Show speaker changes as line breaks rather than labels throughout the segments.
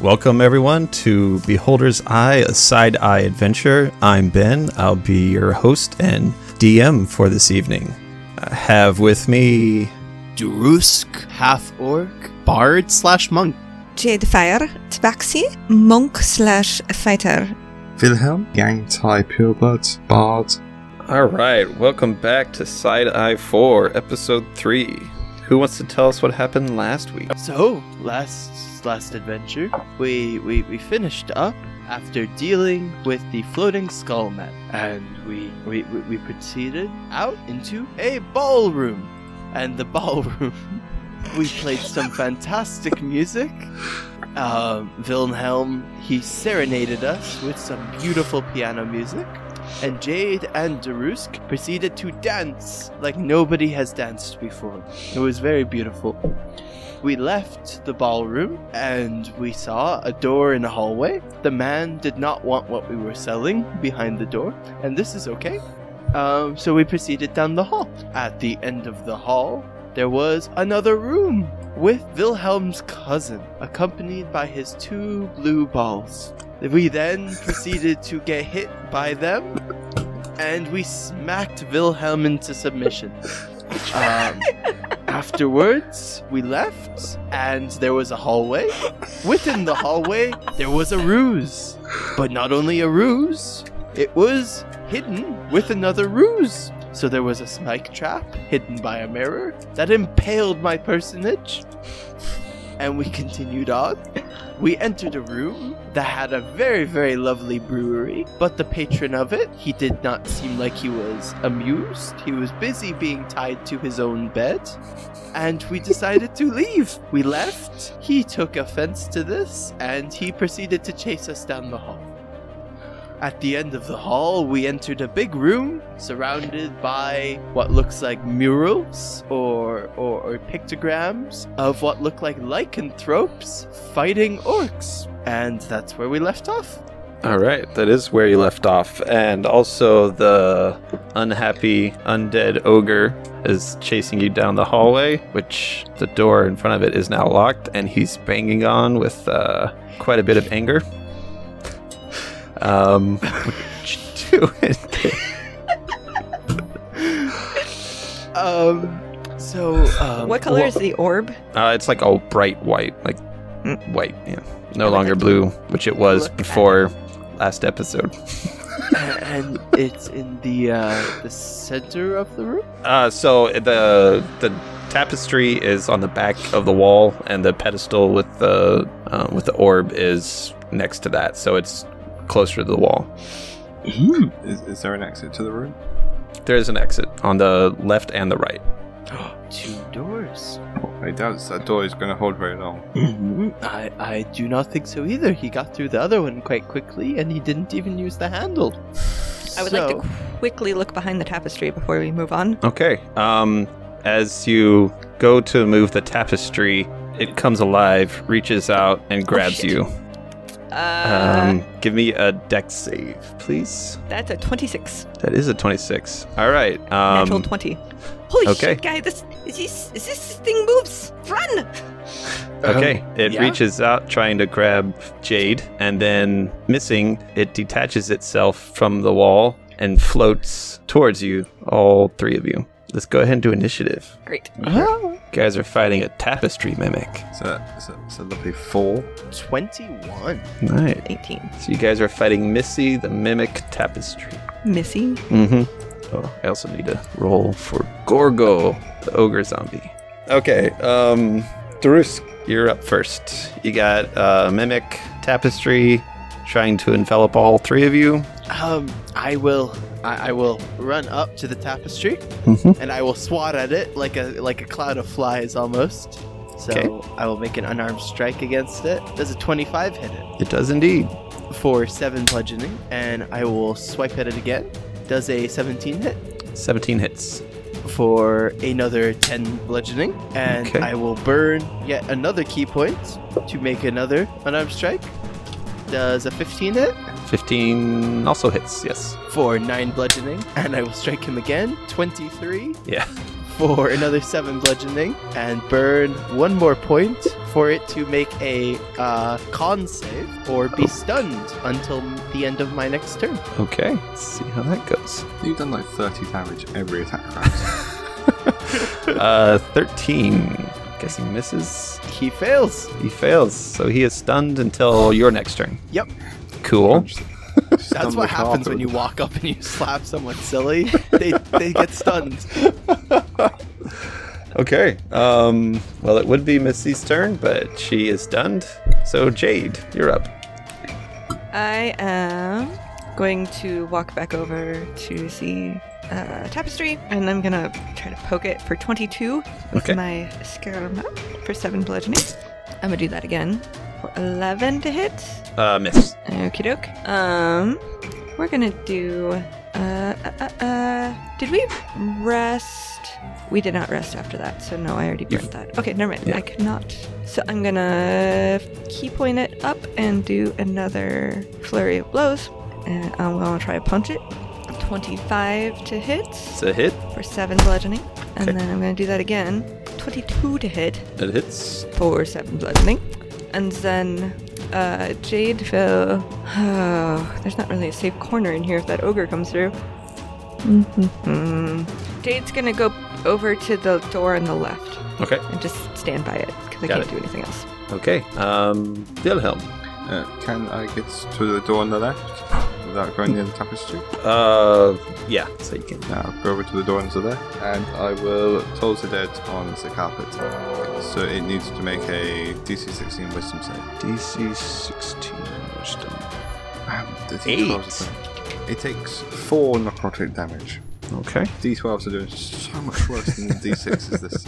Welcome, everyone, to Beholder's Eye, a side eye adventure. I'm Ben. I'll be your host and DM for this evening. I have with me.
Drusk, half orc, bard slash monk.
Jade Fire, Tabaxi, Monk slash Fighter.
Wilhelm, Gang Tai Pureblood, Bard.
All right, welcome back to Side Eye 4, Episode 3. Who wants to tell us what happened last week?
So last last adventure, we we, we finished up after dealing with the floating skull man, and we we, we we proceeded out into a ballroom, and the ballroom we played some fantastic music. Um, Wilhelm he serenaded us with some beautiful piano music. And Jade and Darusk proceeded to dance like nobody has danced before. It was very beautiful. We left the ballroom and we saw a door in a hallway. The man did not want what we were selling behind the door, and this is okay. Um, so we proceeded down the hall. At the end of the hall, there was another room with Wilhelm's cousin, accompanied by his two blue balls. We then proceeded to get hit by them, and we smacked Wilhelm into submission. Um, afterwards, we left, and there was a hallway. Within the hallway, there was a ruse. But not only a ruse, it was hidden with another ruse. So there was a smike trap hidden by a mirror that impaled my personage. And we continued on. We entered a room that had a very, very lovely brewery, but the patron of it, he did not seem like he was amused. He was busy being tied to his own bed. And we decided to leave. We left. He took offense to this, and he proceeded to chase us down the hall. At the end of the hall, we entered a big room surrounded by what looks like murals or, or, or pictograms of what look like lycanthropes fighting orcs. And that's where we left off.
All right, that is where you left off. And also, the unhappy undead ogre is chasing you down the hallway, which the door in front of it is now locked, and he's banging on with uh, quite a bit of anger. Um, what you doing?
Um, so, um,
What color
wha-
is the orb?
Uh, it's like all bright white, like
Mm.
white. Yeah, no longer blue, which it was
Look at
before last episode.
and it's in the uh, the center of the room.
Uh, so the the tapestry is on the back of the wall, and the pedestal with the uh, with the orb is next to that. So it's closer to the wall.
Hmm. Is, is there an exit to the room?
There is an exit on the left and the right.
Two doors.
Oh, I doubt that door is going to hold very long.
Mm-hmm. I I do not think so either. He got through the other one quite quickly, and he didn't even use the handle.
I would like to quickly look behind the tapestry before we move on.
Okay. Um, as you go to move the tapestry, it comes alive, reaches out, and grabs
Oh, shit.
you.
Uh,
Um, give me a dex save, please.
that's a 26.
That is a 26. All right. Um,
Natural 20. Holy
okay.
shit, guy, this is this, is this thing moves. Run!
Okay. it
yeah?
reaches out trying to grab Jade, and then missing, it detaches itself from the wall and floats towards you, all three of you. Let's go ahead and do initiative.
Great.
to.
You guys are fighting a tapestry mimic.
It's a, it's a, it's a lovely four.
21.
All right.
18.
So you guys are fighting Missy the mimic tapestry.
Missy.
Mm-hmm. Oh, I also need to roll for Gorgo, the ogre zombie. Okay, um, Darusk, you're up first. You got uh, Mimic, Tapestry, trying to envelop all three of you.
Um, I will. I, I will run up to the tapestry,
Mhm.
and I will swat at it like a like a cloud of flies almost. So
Okay.
I will make an unarmed strike against it. Does a 25 hit it?
It does indeed.
For seven bludgeoning, and I will swipe at it again. Does a 17 hit?
17 hits.
for another 10 bludgeoning, and
Okay.
I will burn yet another key point to make another unarmed strike. Does a 15 hit
15 also hits, yes.
for 9 bludgeoning, and I will strike him again. 23
Yeah.
for another 7 bludgeoning, and burn one more point for it to make a uh, con save or be stunned until the end of my next turn.
Okay, let's see how that goes.
You've done like 30 damage every attack round.
Uh, 13. Guess he misses.
He fails.
He fails, so he is stunned until your next turn.
Yep.
Cool.
That's what happens when you walk up and you slap someone silly. They, they get stunned.
Okay. Um, well, it would be Missy's turn, but she is stunned. So, Jade, you're up.
I am going to walk back over to see uh, Tapestry, and I'm gonna try to poke it for 22 with
Okay.
my scarab for 7 bludgeoning. I'm gonna do that again for 11 to hit.
Uh, miss.
Okie doke. Um, we're gonna do. Uh, uh, uh, uh, did we rest? We did not rest after that, so no, I already
You-
burnt that. Okay, never mind.
Yeah.
I could not. So I'm gonna key point it up and do another flurry of blows. And I'm gonna try to punch it. 25 to hit
It's a hit.
for 7 bludgeoning. And
Okay.
then I'm gonna do that again. 22 to hit
It hits.
four seven bludgeoning, and then uh, Jade will. Oh, there's not really a safe corner in here if that ogre comes through. hmm Jade's gonna go over to the door on the left
Okay.
and just stand by it because I
Got
can't
it.
do anything else.
Okay. Um, Wilhelm.
Uh, can I get to the door on the left without going near the tapestry?
Uh, yeah. So you can.
Now I'll go over to the door into there, and I will toll the dead on the carpet. So it needs to make a DC 16 wisdom save.
DC 16 wisdom.
Um, the D12s are- It takes four necrotic damage.
Okay.
D12s are doing so much worse than the D6s this.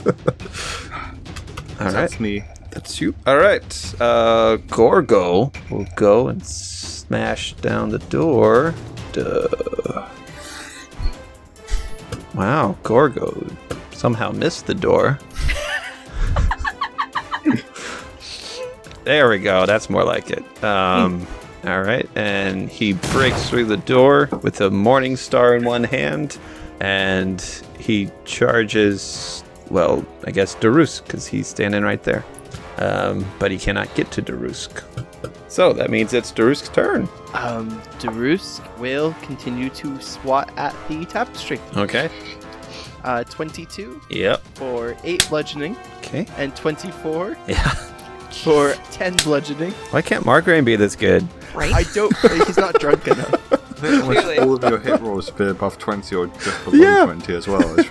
All right.
That's me.
That's you. All right. Uh, Gorgo will go and smash down the door. Duh. Wow, Gorgo somehow missed the door. there we go. That's more like it. Um, all right. And he breaks through the door with a morning star in one hand, and he charges. Well, I guess Darusk, because he's standing right there um, but he cannot get to Darusk. So that means it's Darusk's turn.
Um, Darusk will continue to swat at the tapestry.
Okay.
Uh, 22
Yep.
for 8 bludgeoning
Okay.
and 24
Yeah.
for 10 bludgeoning.
Why can't Margraine be this good?
Right?
I don't. He's not drunk enough.
I think almost
Really?
all of your hit rolls have been above 20 or just below
Yeah. Uh-huh.
20 as well. It's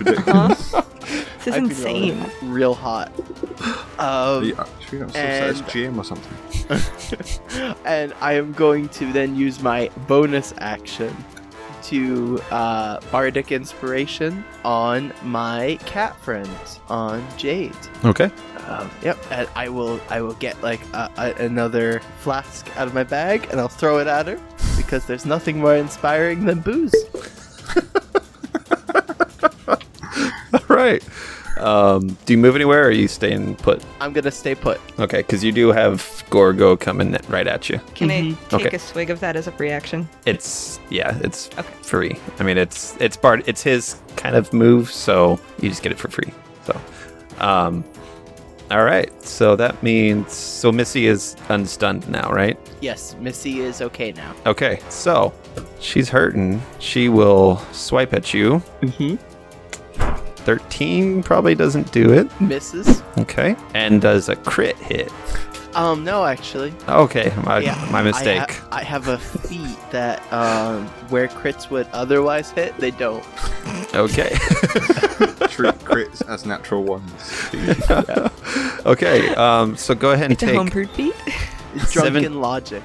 ridiculous.
huh? this is
I've been rolling
insane.
Real hot.
Are
Um,
you- Should we not still
And-
say it's GM or something?
and I am going to then use my bonus action to uh, bardic inspiration on my cat friend, on Jade.
Okay.
Um, yep, and I will I will get like a, a, another flask out of my bag and I'll throw it at her because there's nothing more inspiring than booze.
All right. Um, do you move anywhere or are you staying put?
I'm gonna stay put.
Okay, because you do have Gorgo coming right at you.
Can I take
Mm-hmm. Okay.
a swig of that as a reaction?
It's yeah, it's
Okay.
free. I mean, it's it's part it's his kind of move, so you just get it for free. So, um, all right. So that means so Missy is unstunned now, right?
Yes, Missy is okay now.
Okay, so she's hurting. She will swipe at you.
Mm-hmm.
13 probably doesn't do it.
Misses.
Okay. And does a crit hit.
Um, no, actually.
Okay, my, my
I
mistake.
ha- I, have a feat that um, where crits would otherwise hit, they don't.
okay.
Treat crits as natural ones.
okay, um, so go ahead and
It's a
take.
homebrewed beat.
It's
Seven-
drunken logic.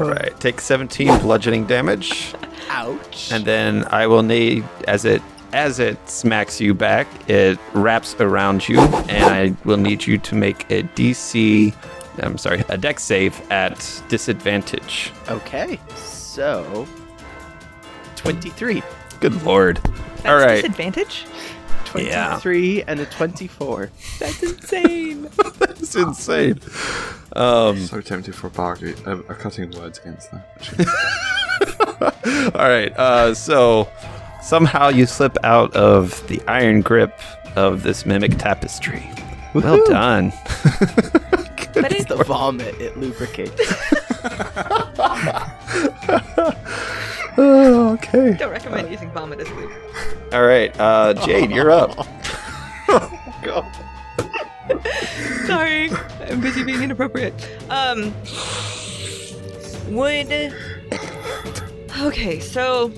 All right, take 17 bludgeoning damage.
Ouch.
And then I will need, as it. As it smacks you back, it wraps around you, and I will need you to make a DC, I'm sorry, a deck save at disadvantage.
okay, so twenty-three.
Good lord.
That's
All right.
disadvantage?
23 and a 24.
That's insane.
That's insane.
so tempted for a bargain, um, a cutting words against that.
All right. Uh, so somehow you slip out of the iron grip of this mimic tapestry. Well
Woohoo.
done.
But
It's
it,
the vomit. It lubricates.
oh, okay.
don't recommend using vomit as lube.
All right, uh, Jade, you're up.
Sorry, I'm busy being inappropriate. Um, would okay, so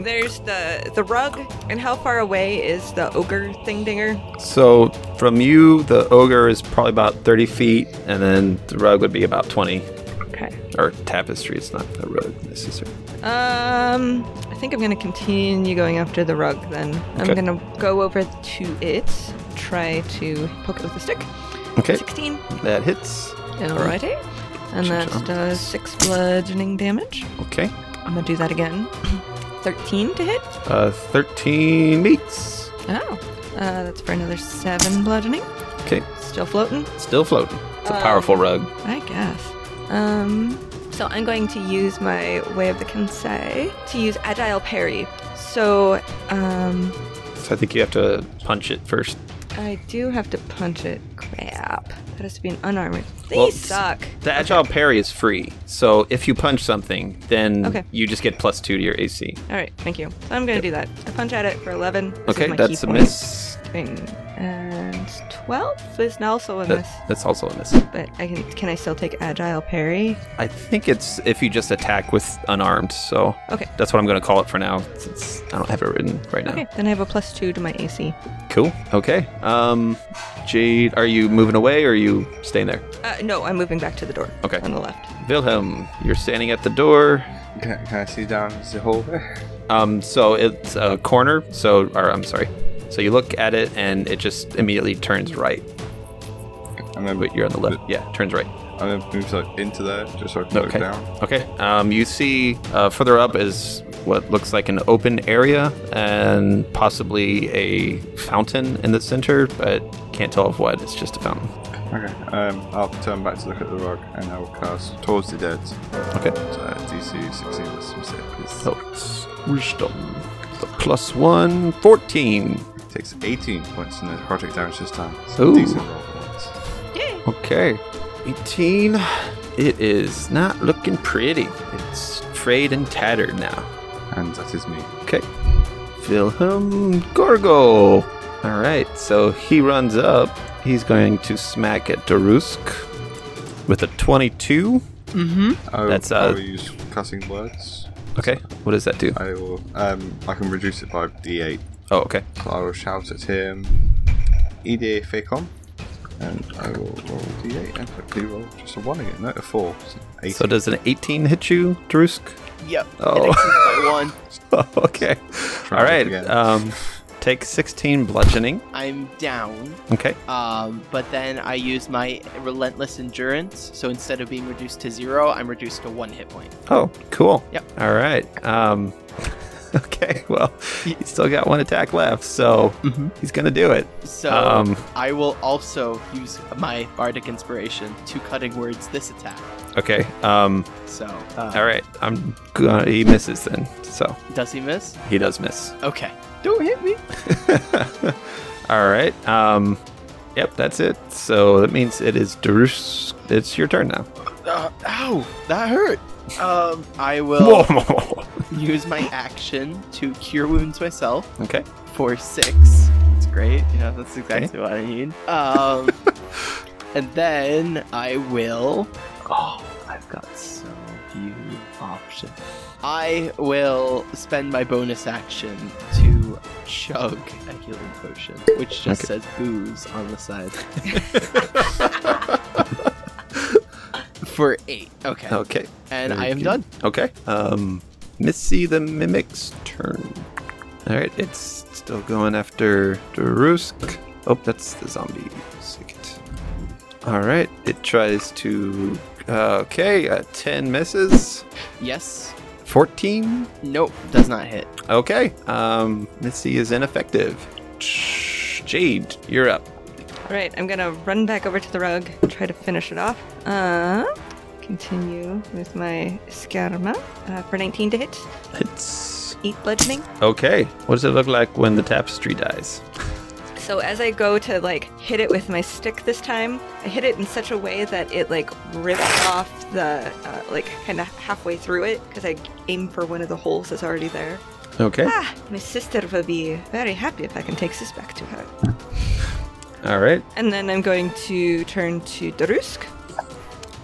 there's the the rug, and how far away is the ogre thing dinger?
So from you, the ogre is probably about 30 feet, and then the rug would be about 20.
Okay.
Or tapestry, it's not a rug necessarily.
Um, I think I'm gonna continue going after the rug. Then
Okay.
I'm gonna go over to it, try to poke it with a stick.
Okay,
Sixteen.
that hits.
Alrighty. And
Ching
that
chong.
does six bludgeoning damage.
Okay.
I'm gonna do that again. 13 to hit.
Uh, 13 meets.
Oh, uh, that's for another seven bludgeoning.
Okay,
Still floating,
still floating. It's a
Um,
powerful rug.
I guess. Um, so I'm going to use my way of the Kensei to use agile parry. So um,
So I think you have to punch it first.
I do have to punch it. Crap. That has to be an unarmored. These
Well,
suck.
The agile parry is free. So if you punch something, then
Okay.
you just get plus two to your AC.
All right, thank you. So I'm gonna do that. I punch at it for 11. This is
Okay,
my
that's
key
a
point
miss.
Thing. And 12 is also a
That,
miss.
that's also a miss.
But I can can I still take agile parry?
I think it's if you just attack with unarmed. So
Okay.
that's what I'm going to call it for now. Since I don't have it written right now.
Okay, then I have a plus two to my AC.
Cool. Okay. Um, Jade, are you moving away or are you staying there?
Uh, no, I'm moving back to the door.
Okay.
On the left.
Wilhelm, you're standing at the door.
Can, can I see down the hallway?
Um, so it's a corner. So, or I'm sorry. So you look at it and it just immediately turns right.
I'm gonna,
But you're on the left. Yeah, turns right.
I'm gonna move like into there just so I can
Okay.
look down.
Okay. Um, you see uh, further up is what looks like an open area and possibly a fountain in the center, but can't tell of what. It's just a fountain.
Okay. Um, I'll turn back to look at the rug and I will cast towards the dead.
Okay.
Uh, DC 16 with some save, please.
So it's wisdom. The plus one, 14.
Takes 18 points in necrotic damage this time. So
Ooh.
decent roll for once.
Yay!
Okay. 18. It is not looking pretty. It's frayed and tattered now.
And that is me.
Okay. Wilhelm Gorgo. All right, so he runs up. He's going to smack at Darusk with a 22.
I
That's,
will,
uh,
I will use cussing words.
Okay, what does that do?
I will. Um, I can reduce it by D8.
Oh, okay.
So I will shout at him. E EDA Facon. And I will roll D8 and quickly roll just a 1 again. No, a 4. So eight.
So does an 18 hit you, Darusk?
yep.
Oh.
It exceeds by one.
okay.
Try
All
it
right.
again.
Um, take 16 bludgeoning.
I'm down.
Okay.
Um, but then I use my relentless endurance. So instead of being reduced to zero, I'm reduced to one hit point.
Oh, cool.
Yep.
All right. Um, okay. Well, he's still got one attack left, so he's gonna do it.
So
Mm-hmm. Um.
I will also use my bardic inspiration to cutting words this attack.
Okay. Um,
So uh,
all right. I'm. Gonna, he misses then, so
does he miss?
he does miss.
Okay. Don't hit me.
all right. Um, yep. That's it. So that means it is Darush. It's your turn now.
Uh, ow, that hurt. Um, I will use my action to cure wounds myself.
okay.
for six. That's great. Yeah, that's exactly what I need. Um, and then I will. Oh, I've got so few options. I will spend my bonus action to chug a healing potion, which just says booze on the side. for eight. Okay.
Okay.
And
Very
I am
good.
done.
Okay. Um, Missy the Mimic's turn. All right, it's still going after Darusk. Oh, that's the zombie. Sick it. All right, it tries to. Uh, okay, uh, 10 misses.
Yes.
14.
Nope. Does not hit.
Okay, um, Missy is ineffective. Jade, you're up.
All right, I'm gonna run back over to the rug, try to finish it off. Uh, continue with my skarma uh, for 19 to hit.
It's.
Eight bludgeoning.
Okay, what does it look like when the tapestry dies?
So as I go to like hit it with my stick this time, I hit it in such a way that it like rips off the uh, like kind of halfway through it because I aim for one of the holes that's already there.
Okay.
Ah, my sister will be very happy if I can take this back to her.
All right.
And then I'm going to turn to Darusk,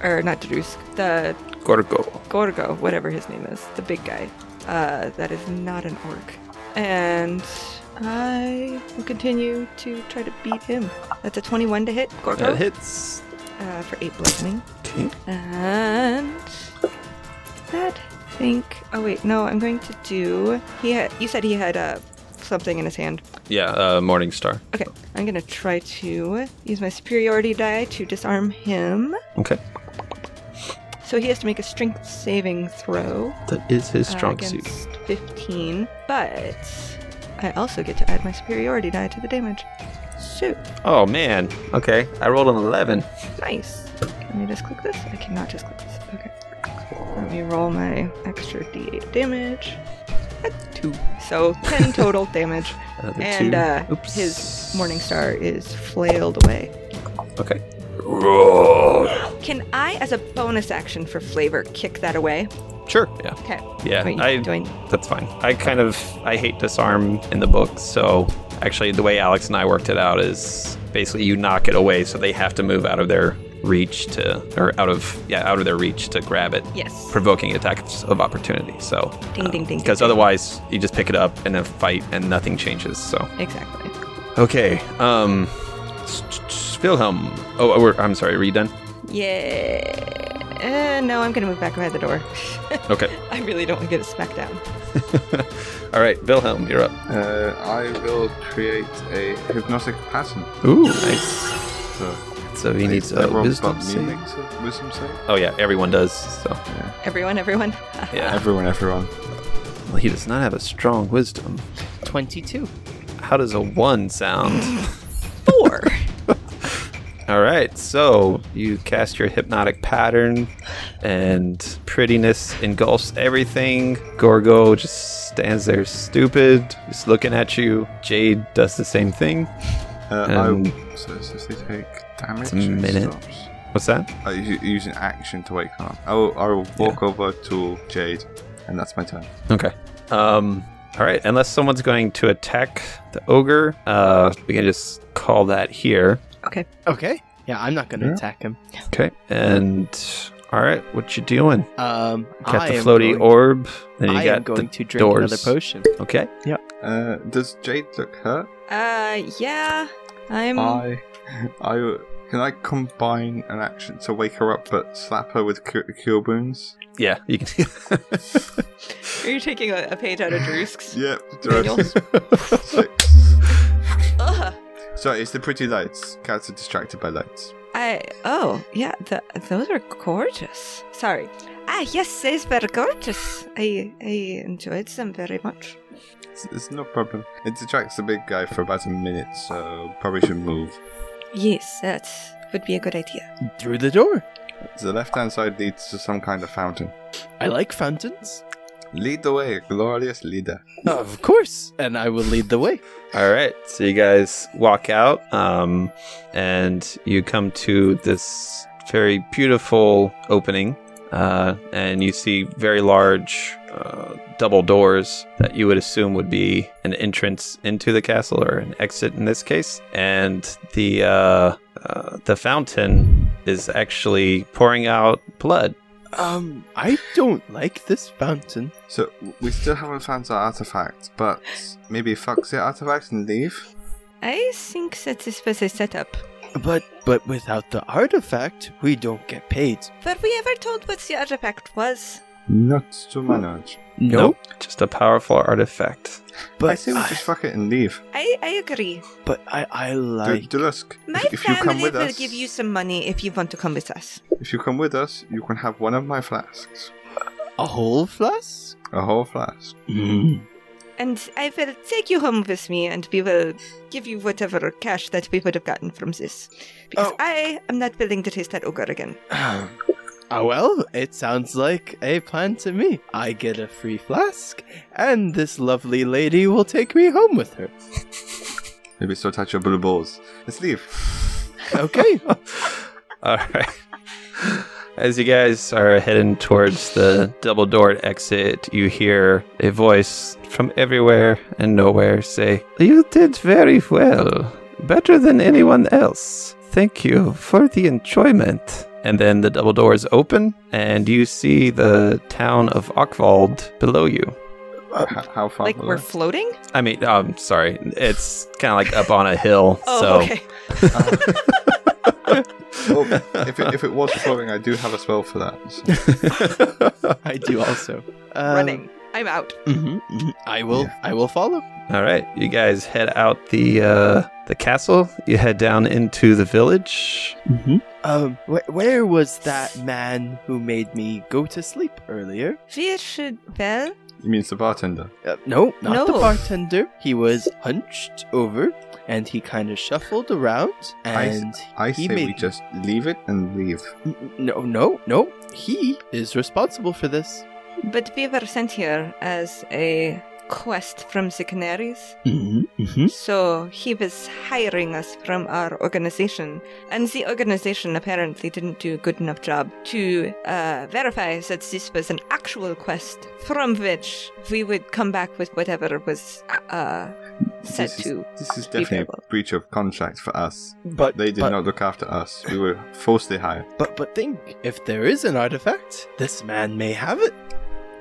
or not Darusk, the
Gorgo.
Gorgo, whatever his name is, the big guy. Uh, that is not an orc. And I will continue to try to beat him. That's a 21 to hit, Gorgo,
That hits.
Uh, for 8 bludgeoning.
Okay.
And that, I think. Oh, wait, no, I'm going to do. He had, You said he had uh, something in his hand.
Yeah, uh, Morning Star.
Okay, I'm going to try to use my superiority die to disarm him.
Okay.
So he has to make a strength saving throw.
That is his
uh,
strong suit.
against 15, but I also get to add my superiority die to the damage. So,
Oh man. Okay. I rolled an eleven.
nice. Can I just click this? I cannot just click this. Okay. Let me roll my extra d8 damage. That's two. So, 10 total damage.
Another
And
two.
uh,
Oops.
his Morning Star is flailed away.
Okay. Roll.
Can I, as a bonus action for flavor, kick that away?
Sure. Yeah.
Okay.
Yeah.
Wait,
I.
do I-
That's fine. I kind of I hate disarm in the book, so actually the way Alex and I worked it out is basically you knock it away, so they have to move out of their reach to or out of yeah out of their reach to grab it.
Yes.
provoking attacks of opportunity. So,
Ding, ding, ding,
Because
ding, ding.
otherwise, you just pick it up and then fight, and nothing changes. So,
Exactly.
okay. Um, S- S- Wilhelm. Oh, we're, I'm sorry. Are you done?
Yeah. Uh, no, I'm gonna move back behind the door.
Okay.
I really don't want to get a smack down.
All right, Wilhelm, you're up.
Uh, I will create a hypnotic pattern.
Ooh, nice.
So
So he needs a
everyone
wisdom
but me
save.
makes a wisdom save.
Oh yeah, everyone does. So
Everyone, everyone.
yeah,
Everyone, everyone.
well, he does not have a strong wisdom.
22.
How does a one sound?
Four.
All right, so you cast your hypnotic pattern, and prettiness engulfs everything. Gorgo just stands there, stupid, just looking at you. Jade does the same thing.
Uh,
Um,
I, so does this take damage?
It's a
or it
minute.
stops? Oh,
What's that?
I u- use an action to wake her up. I will, I will walk over to Jade, and that's my turn.
Okay. Um. All right. Unless someone's going to attack the ogre, uh, we can just call that here.
okay.
Okay. Yeah, I'm not going to
Yeah.
attack him.
Okay. And all right, what you doing?
Um,
Got
I
the
am
floaty
going,
orb. And you
I
got
am going to drink
doors.
another potion.
the, okay.
Uh, does Jade look hurt?
Uh, yeah. I'm.
I, I w- can I combine an action to wake her up, but slap her with cu- cure wounds?
Yeah. You can.
Are you taking a, a page out of Drusk's?
Yep.
Daniel?
Six.
Ugh.
So it's the pretty lights. Cats are distracted by lights.
I. Oh, yeah. The, those are gorgeous. Sorry. Ah, yes, these were gorgeous. I I enjoyed them very much.
It's, it's no problem. It distracts the big guy for about a minute, so probably should move.
Yes, that would be a good idea.
Through the door.
The left hand side leads to some kind of fountain.
I like fountains.
Lead the way, glorious leader.
Of course. And I will lead the way.
All right, so you guys walk out, um, and you come to this very beautiful opening, uh, and you see very large uh, double doors that you would assume would be an entrance into the castle or an exit in this case, and the uh, uh, the fountain is actually pouring out blood.
Um, I don't like this fountain.
So w- we still haven't found our artifact, but maybe fuck the artifact and leave.
I think that this was a setup.
But but without the artifact, we don't get paid.
Were we ever told what the artifact was?
Not to my knowledge.
No,
just a powerful artifact.
But I
but
say we
I,
just fuck it and leave.
I, I agree.
but I I
Du-
like
Dulusk,
My
if, if you come
family
with
will
us,
give you some money if you want to come with us.
if you come with us, you can have one of my flasks,
a whole flask.
a whole flask.
Mm.
And I will take you home with me, and we will give you whatever cash that we would have gotten from this. Because
Oh.
I am not willing to taste that ogre again.
Ah, well, it sounds like a plan to me. I get a free flask, and this lovely lady will take me home with her.
Maybe so attach your blue balls. Let's leave.
Okay.
All right. As you guys are heading towards the double doored exit, you hear a voice from everywhere and nowhere say, You did very well. Better than anyone else. Thank you for the enjoyment. And then the double doors open, and you see the town of Ockvald below you.
Uh,
H- How far?
like
below?
we're floating?
I mean, I'm sorry. It's kind of like up on a hill.
Oh,
so
okay.
Oh, if, it, if it was floating, I do have a spell for that. so-
I do also.
Um,
Uh,
Running. I'm out.
mhm, mhm. I will. I will follow.
All right, you guys head out the uh, the castle. You head down into the village.
Um, wh- where was that man who made me go to sleep earlier?
We should well.
You mean the bartender?
Uh, no, not the
No.
bartender. He was hunched over, and he kind of shuffled around.
I s-
And
I
He
say we
made-
just leave it and leave.
N- n- no, no, no. He is responsible for this.
But we were sent here as a quest from the Canaries.
Mm-hmm. Mm-hmm.
So he was hiring us from our organization, and the organization apparently didn't do a good enough job to uh, verify that this was an actual quest from which we would come back with whatever was uh, said
This is-
to.
This is definitely
terrible.
a breach of contract for us.
But
They did
but,
not look after us. We were falsely hired.
But but think, if there is an artifact, this man may have it.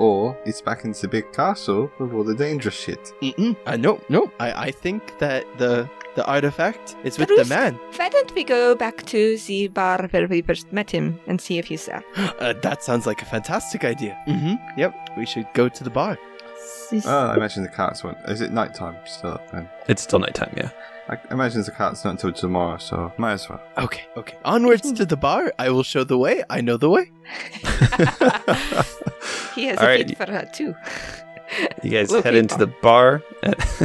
Or it's back in the big castle with all the dangerous shit.
Mm-mm. Uh, no, no. I I think that the the artifact is with the
Bruce.
man.
Why don't we go back to the bar where we first met him and see if he's there?
Uh, that sounds like a fantastic idea. Mm-hmm. Yep. We should go to the bar.
This-
Oh, I imagine the cats went. Is it nighttime still up then?
It's still nighttime, yeah.
I imagine the cat's not until tomorrow, so might as well.
Okay. Okay. Mm-hmm. Onwards to the bar. I will show the way. I know the way.
he has
All
a
right,
feed for her too.
you guys
Low
head
key
into the bar.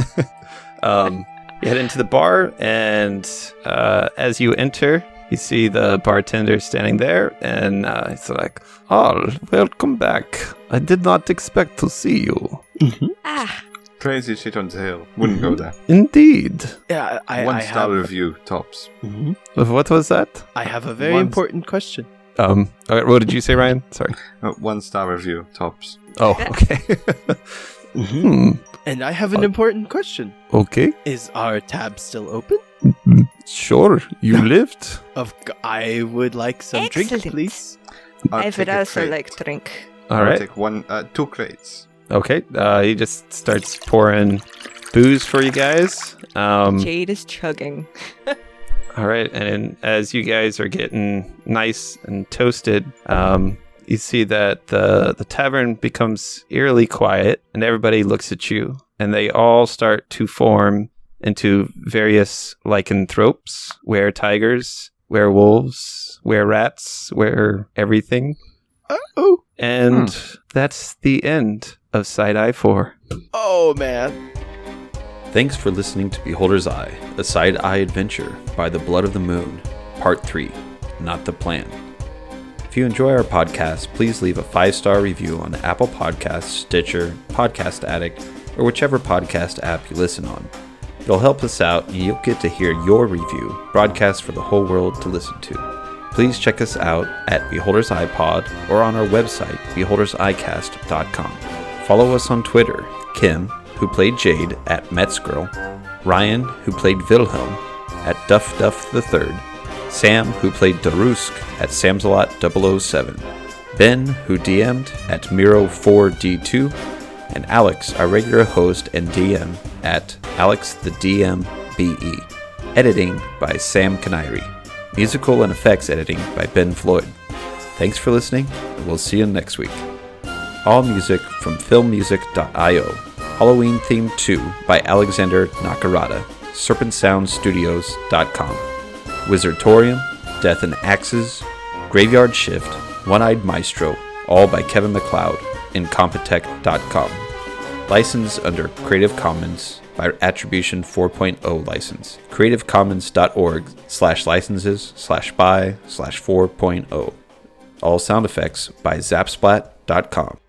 um, you head into the bar, and uh, as you enter, you see the bartender standing there, and uh, he's like, "Oh, welcome back. I did not expect to see you.
Ah,
Crazy shit on the hill. Wouldn't go there.
Indeed.
Yeah. Mhm. I, I
One star
have,
review tops.
Mhm.
What was that?
I have a very
One-
important question.
Um, all right, what did you say, Ryan? Sorry.
Uh, one star review tops.
Oh, okay.
Mm-hmm.
hmm.
And I have an important question.
Okay.
Is our tab still open?
Sure. You lived.
Of c- I would like some drink,
Excellent.
please.
I'll
I would
take a
also
crate.
like drink.
All
I'll
right.
take one, uh, two crates.
Okay. Uh, he just starts pouring booze for you guys. Um,
Jade is chugging.
all right. And then as you guys are getting nice and toasted, um, you see that the the tavern becomes eerily quiet, and everybody looks at you, and they all start to form into various lycanthropes, were tigers, werewolves, were rats, were everything.
Uh oh.
And that's the end of Side Eye 4.
Oh man.
Thanks for listening to Beholder's Eye, a side eye adventure by the Blood of the Moon, Part 3 Not the Plan. If you enjoy our podcast, please leave a five star review on Apple Podcasts, Stitcher, Podcast Addict, or whichever podcast app you listen on. It'll help us out, and you'll get to hear your review broadcast for the whole world to listen to. Please check us out at Beholder's Eye Pod or on our website, beholderseyecast.com. Follow us on Twitter, Kim, who played Jade at Metzgirl, Ryan, who played Wilhelm at Duff Duff III, Sam, who played Darusk at Samsalot 007, Ben, who DM'd at Miro4D2, and Alex, our regular host and DM at Alex the DM BE. E. Editing by Sam Canary. Musical and effects editing by Ben Floyd. Thanks for listening, and we'll see you next week. All music from filmmusic.io. Halloween Theme 2 by Alexander Nakarada. SerpentSoundStudios.com. Wizardtorium, Death and Axes, Graveyard Shift, One Eyed Maestro, all by Kevin McLeod, Incompetech.com. License under Creative Commons by Attribution 4.0 license. CreativeCommons.org slash licenses slash oh. by slash 4.0. All sound effects by Zapsplat.com.